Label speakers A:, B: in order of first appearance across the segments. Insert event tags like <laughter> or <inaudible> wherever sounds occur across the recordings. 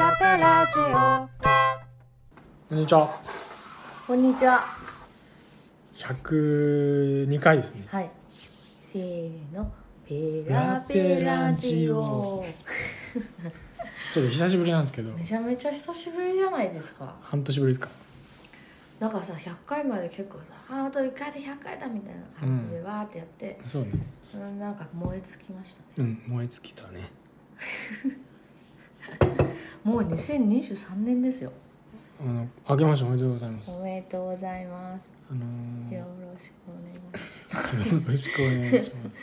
A: ラジオ
B: こんにちは。
A: こんにちは
B: 102回ですね。
A: はいせーのペラペラジオ
B: ちょっと久しぶりなんですけど、
A: めちゃめちゃ久しぶりじゃないですか
B: 半年ぶりですか。
A: なんかさ100回まで結構さあーあと1回で100回だみたいな感じでわーってやって、
B: そうね。
A: うん、なんか燃え尽きましたね
B: うん、燃え尽きたね。
A: もう2023年ですよ
B: あの、明けましておめでとうございます。
A: おめでとうございます
B: あの
A: よ
B: ー、
A: ろしくお願いします
B: よろしくお願いします。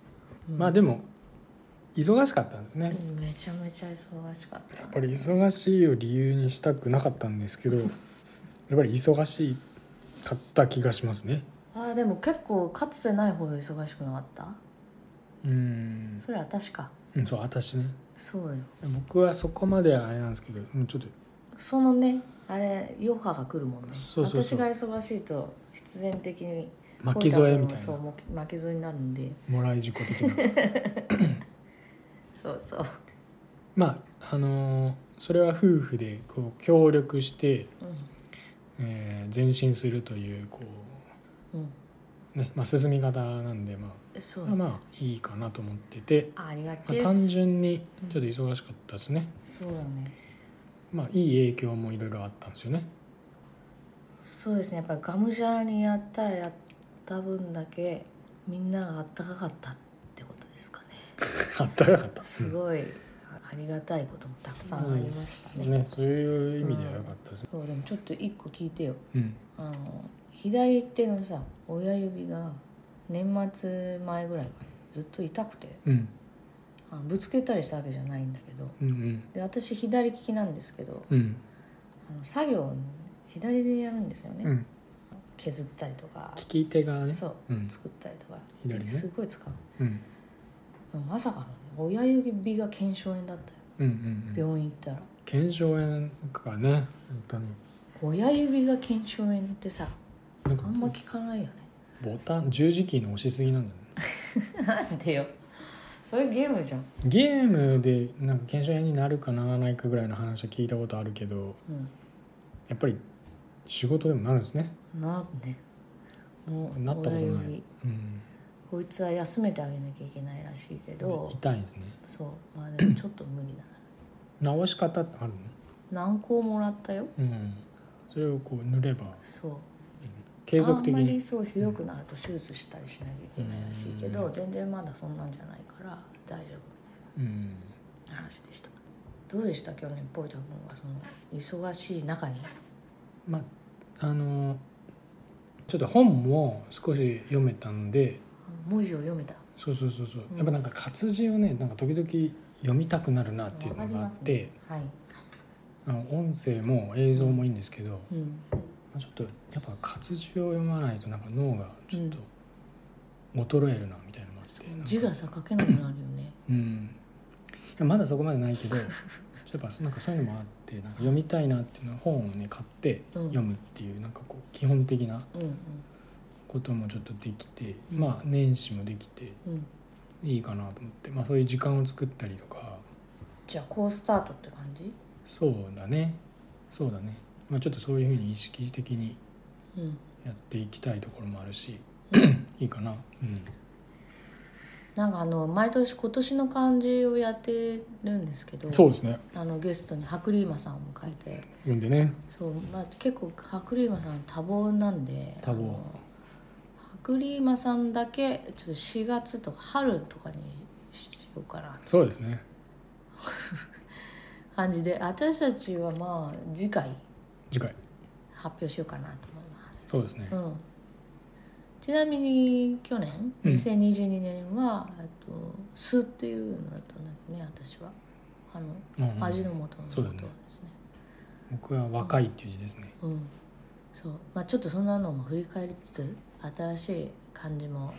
B: <laughs> まあで
A: も、
B: も忙しかったんですね。
A: うんめちゃめちゃ忙しかっ
B: やったぱり忙しいを理由にしたくなかったんです <laughs> けど、やっぱり忙しかった気がしますね。
A: あーでも結構かつてないほど忙しくなかった
B: うん、
A: それ私か
B: うんそう私ね。
A: そうよ
B: 僕はそこまであれなんですけど、うんちょっと
A: そのねあれ余波が来るもんね
B: そうそうそう
A: 私が忙しいと必然的に
B: 巻き添えみたい
A: そう
B: な
A: もう巻き添えになるんで
B: もらい事故的な。
A: そうそう、
B: まああのーそれは夫婦でこう協力して、
A: う
B: えー前進するというこ
A: んうん、
B: う、ねまあ、進み方なんで、ま
A: そ
B: あ、
A: う、
B: まあまあいいかなと思ってて、
A: あ、ありが
B: ま
A: て
B: あ、
A: え
B: 単純にちょっと忙しかったですね、
A: そうだね
B: まあ、いい影響もいろいろあったんですよね。 <laughs>
A: そうですねやっぱりがむしゃらにやったらやった分だけみんながあったかかったってことですかね
B: あったかかった。
A: すごい、ありがたいこともたくさんありましたね,、
B: うんそういう意味では良かったです。
A: そうでもちょっと一個聞いてよ
B: うん。
A: あの左手のさ親指が年末前ぐらいからずっと痛くて
B: うん。
A: あのぶつけたりしたわけじゃないんだけど
B: うん。うん。
A: で私左利きなんですけど
B: うん。
A: あの作業をね左でやるんですよね、
B: うん。
A: 削ったりとか
B: 聞き手がね。
A: そう
B: うん。
A: 作ったりとか
B: 左ね
A: すごい使う
B: うん。
A: でもまさかの、ね、親指が腱鞘炎だったよ
B: うん。うん。うん。
A: 病院行ったら
B: 腱鞘炎かね。本当に。
A: 親指が腱鞘炎ってさ
B: なんか
A: あんま聞かないよね
B: ボタン十字キーの押しすぎなんだよね
A: なんでよそれゲームじゃん、
B: ゲームでなんか腱鞘炎になるかならないかぐらいの話は聞いたことあるけど
A: う
B: やっぱり仕事でもなるんですね
A: ん、なんでもう
B: なったこと
A: 親
B: な
A: 指
B: い、うん、
A: こいつは休めてあげなきゃいけないらしいけど
B: 痛いですね
A: そうまあでもちょっと無理だな
B: 治し方ってあるね
A: <clears throat> 軟膏もらったよ
B: うんそれをこう塗れば
A: そう
B: 継続的
A: あんまり
B: に
A: そうひどくなると手術したりしなきゃいけないらしいけ
B: う
A: ど
B: ん
A: 全然まだそんなんじゃないから大丈
B: うん
A: 夫な話でしたどうでした去年ポイタ君はその忙しい中に
B: まああのちょっと本も少し読めたんで
A: 文字を読めた
B: そうそうそうそう
A: うん
B: やっぱなんか活字をねなんか時々読みたくなるなっていう
A: わか
B: の
A: り
B: があ
A: ま
B: っ
A: す
B: て、
A: ねはい
B: あの音声も映像もいいんですけど、
A: うん
B: ちょっとやっぱ活字を読まないとなんか脳がちょっと衰えるなみたいなのもあって、なんか
A: 字がさ書けなくなるよね
B: うんいやまだそこまでないけ
A: <laughs>
B: どやっぱなんかそういうのもあってなんか読みたいなっていうのは本をね買って
A: うん
B: 読むっていうなんかこう基本的な
A: うんうん
B: こともちょっとできてまあ年始もできて
A: うん
B: いいかなと思って、まあ、そういう時間を作ったりとか
A: じゃあこうスタートって感じ
B: そうだねそうだね、まあ、ちょっとそういうふうに意識的に
A: うん
B: やっていきたいところもあるしいいかなうん。
A: なんかあの毎年今年の漢字をやってるんですけど
B: そうですね。
A: あのゲストに白リーマさんを迎えて
B: 読んでね。
A: そう、まあ、結構白リーマさん多忙なんで
B: 多忙
A: あの白リーマさんだけちょっと4月とか春とかにしようかな
B: そうですね。
A: 感じで私たちはまあ次回
B: 次回。
A: 発表しようかなと思います、
B: そうですね。
A: うん、ちなみに去年
B: うん
A: 2022年は「えっと酢」っていうのだったんだけどね私はあの
B: うんうん
A: 味の素の
B: そうだ
A: こ
B: ね
A: とですね
B: 僕は若いっていう字ですね。
A: うん、そうまあちょっとそんなのも振り返りつつ新しい漢字も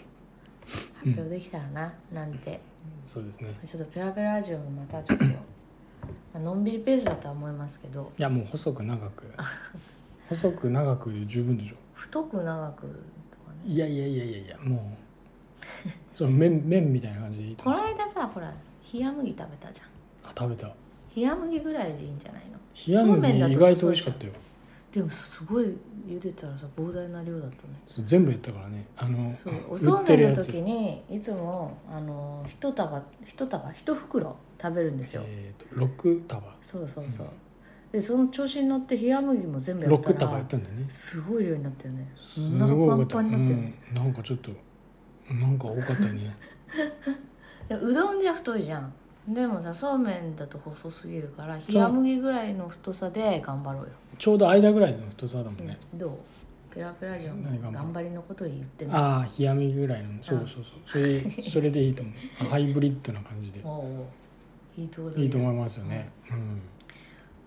A: 発表できたらな、なんて
B: そうですね。
A: ちょっとペラペラジオもまたちょっとまあのんびりペースだとは思いますけど
B: いやもう細く長
A: <laughs>
B: く。細く長くで十分でしょ。
A: 太く長くとかね
B: いやいやいやいやいやもう。そう麺麺みたいな感じでいいと
A: こ
B: 思う。
A: の間さほら冷麦食べたじゃん
B: あ食べた。
A: 冷麦ぐらいでいいんじゃないの
B: 冷麦意外と美味しかったよ
A: でもさすごい茹でたらさ膨大な量だったね
B: そう全部やったからねあの
A: そう
B: 売
A: お
B: っ
A: そうめ
B: てる
A: ん
B: や
A: の
B: つ
A: 時にいつもあの一束一束一袋食べるんですよ、
B: えーと6束
A: そうそうそう、
B: うん
A: でその調子に乗って冷麦も全部やった
B: 6
A: ら
B: 束やったんだよね
A: すごい量になったよね
B: す
A: お腹
B: ごい
A: パ
B: 多か
A: ン
B: った
A: パンになったよね、
B: うんなんかちょっとなんか多かったね <laughs>
A: でうどんじゃ太いじゃんでもさそうめんだと細すぎるから
B: そう
A: 冷麦ぐらいの太さで頑張ろうよ、
B: ちょうど間ぐらいの太さだもんね、
A: どうペラペラじゃん
B: 何頑張る
A: 頑張りのこと言ってんの
B: ああ冷や麦ぐらいのそうそうそうそれ
A: <laughs>
B: それでいいと思うハイブリッドな感じで
A: おうおういいとこだね
B: いいと思いますよねうん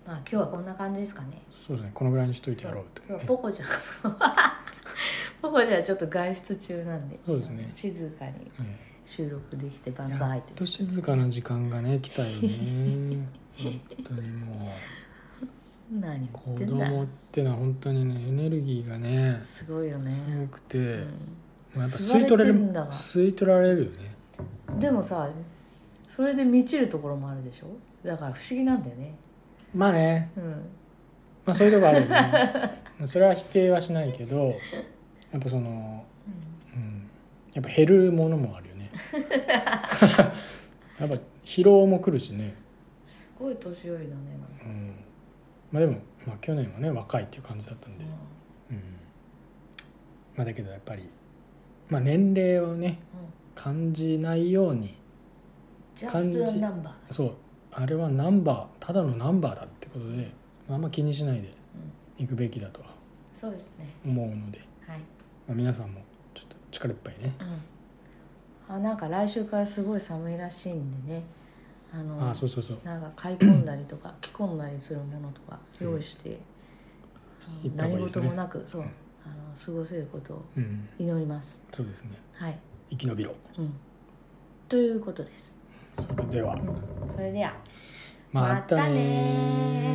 A: まあ今日はこんな感じですかね
B: そうですねこのぐらいにしといてやろうと
A: 今日はポコちゃん <laughs> ポコちゃんはちょっと外出中なんで
B: そうですね
A: 静かに
B: え
A: 収録できて
B: え
A: 万
B: や
A: 歳
B: っ
A: って
B: と静かな時間がね来たよ
A: <laughs>
B: ね本当にも
A: 何
B: う子
A: 言ってんだ
B: 供ってのは本当にねエネルギーがね
A: すごいよね、
B: すごくて、
A: うん
B: まあやっぱ吸い取れる
A: 吸われてんだわ
B: 吸い取られるよね
A: でもさそれで満ちるところもあるでしょだから不思議なんだよね
B: まあね
A: うん
B: まあそういうとこあるよねそれは否定はしないけどやっぱその、うん、やっぱ減るものもあるよねやっぱ疲労もくるしね、
A: すごい年寄りだねなんか
B: うん、まあでも、まあ、去年はね若いっていう感じだったんで、
A: う
B: うんまあ、だけどやっぱり、まあ、年齢をね
A: んうん
B: 感じないように
A: ジャ
B: 感
A: ス
B: じ
A: トナンバー
B: そうあれはナンバーただのナンバーだってことであんま気にしないでいくべきだとは
A: そうですね
B: 思うので。
A: はい、
B: まあ、皆さんもちょっと力いっぱいね
A: うん、あなんか来週からすごい寒いらしいんでねあの
B: ああそうそうそう
A: なんか買い込んだりとか着込んだりするものとか用意して、あの
B: 行った方が
A: 何
B: いいです
A: 事
B: ね
A: もなくそう、
B: うん
A: あの過ごせることを
B: うん
A: 祈ります
B: そうですね
A: はい、
B: 生き延びろ
A: うん、ということです
B: それでは
A: それでは
B: またね
A: またねー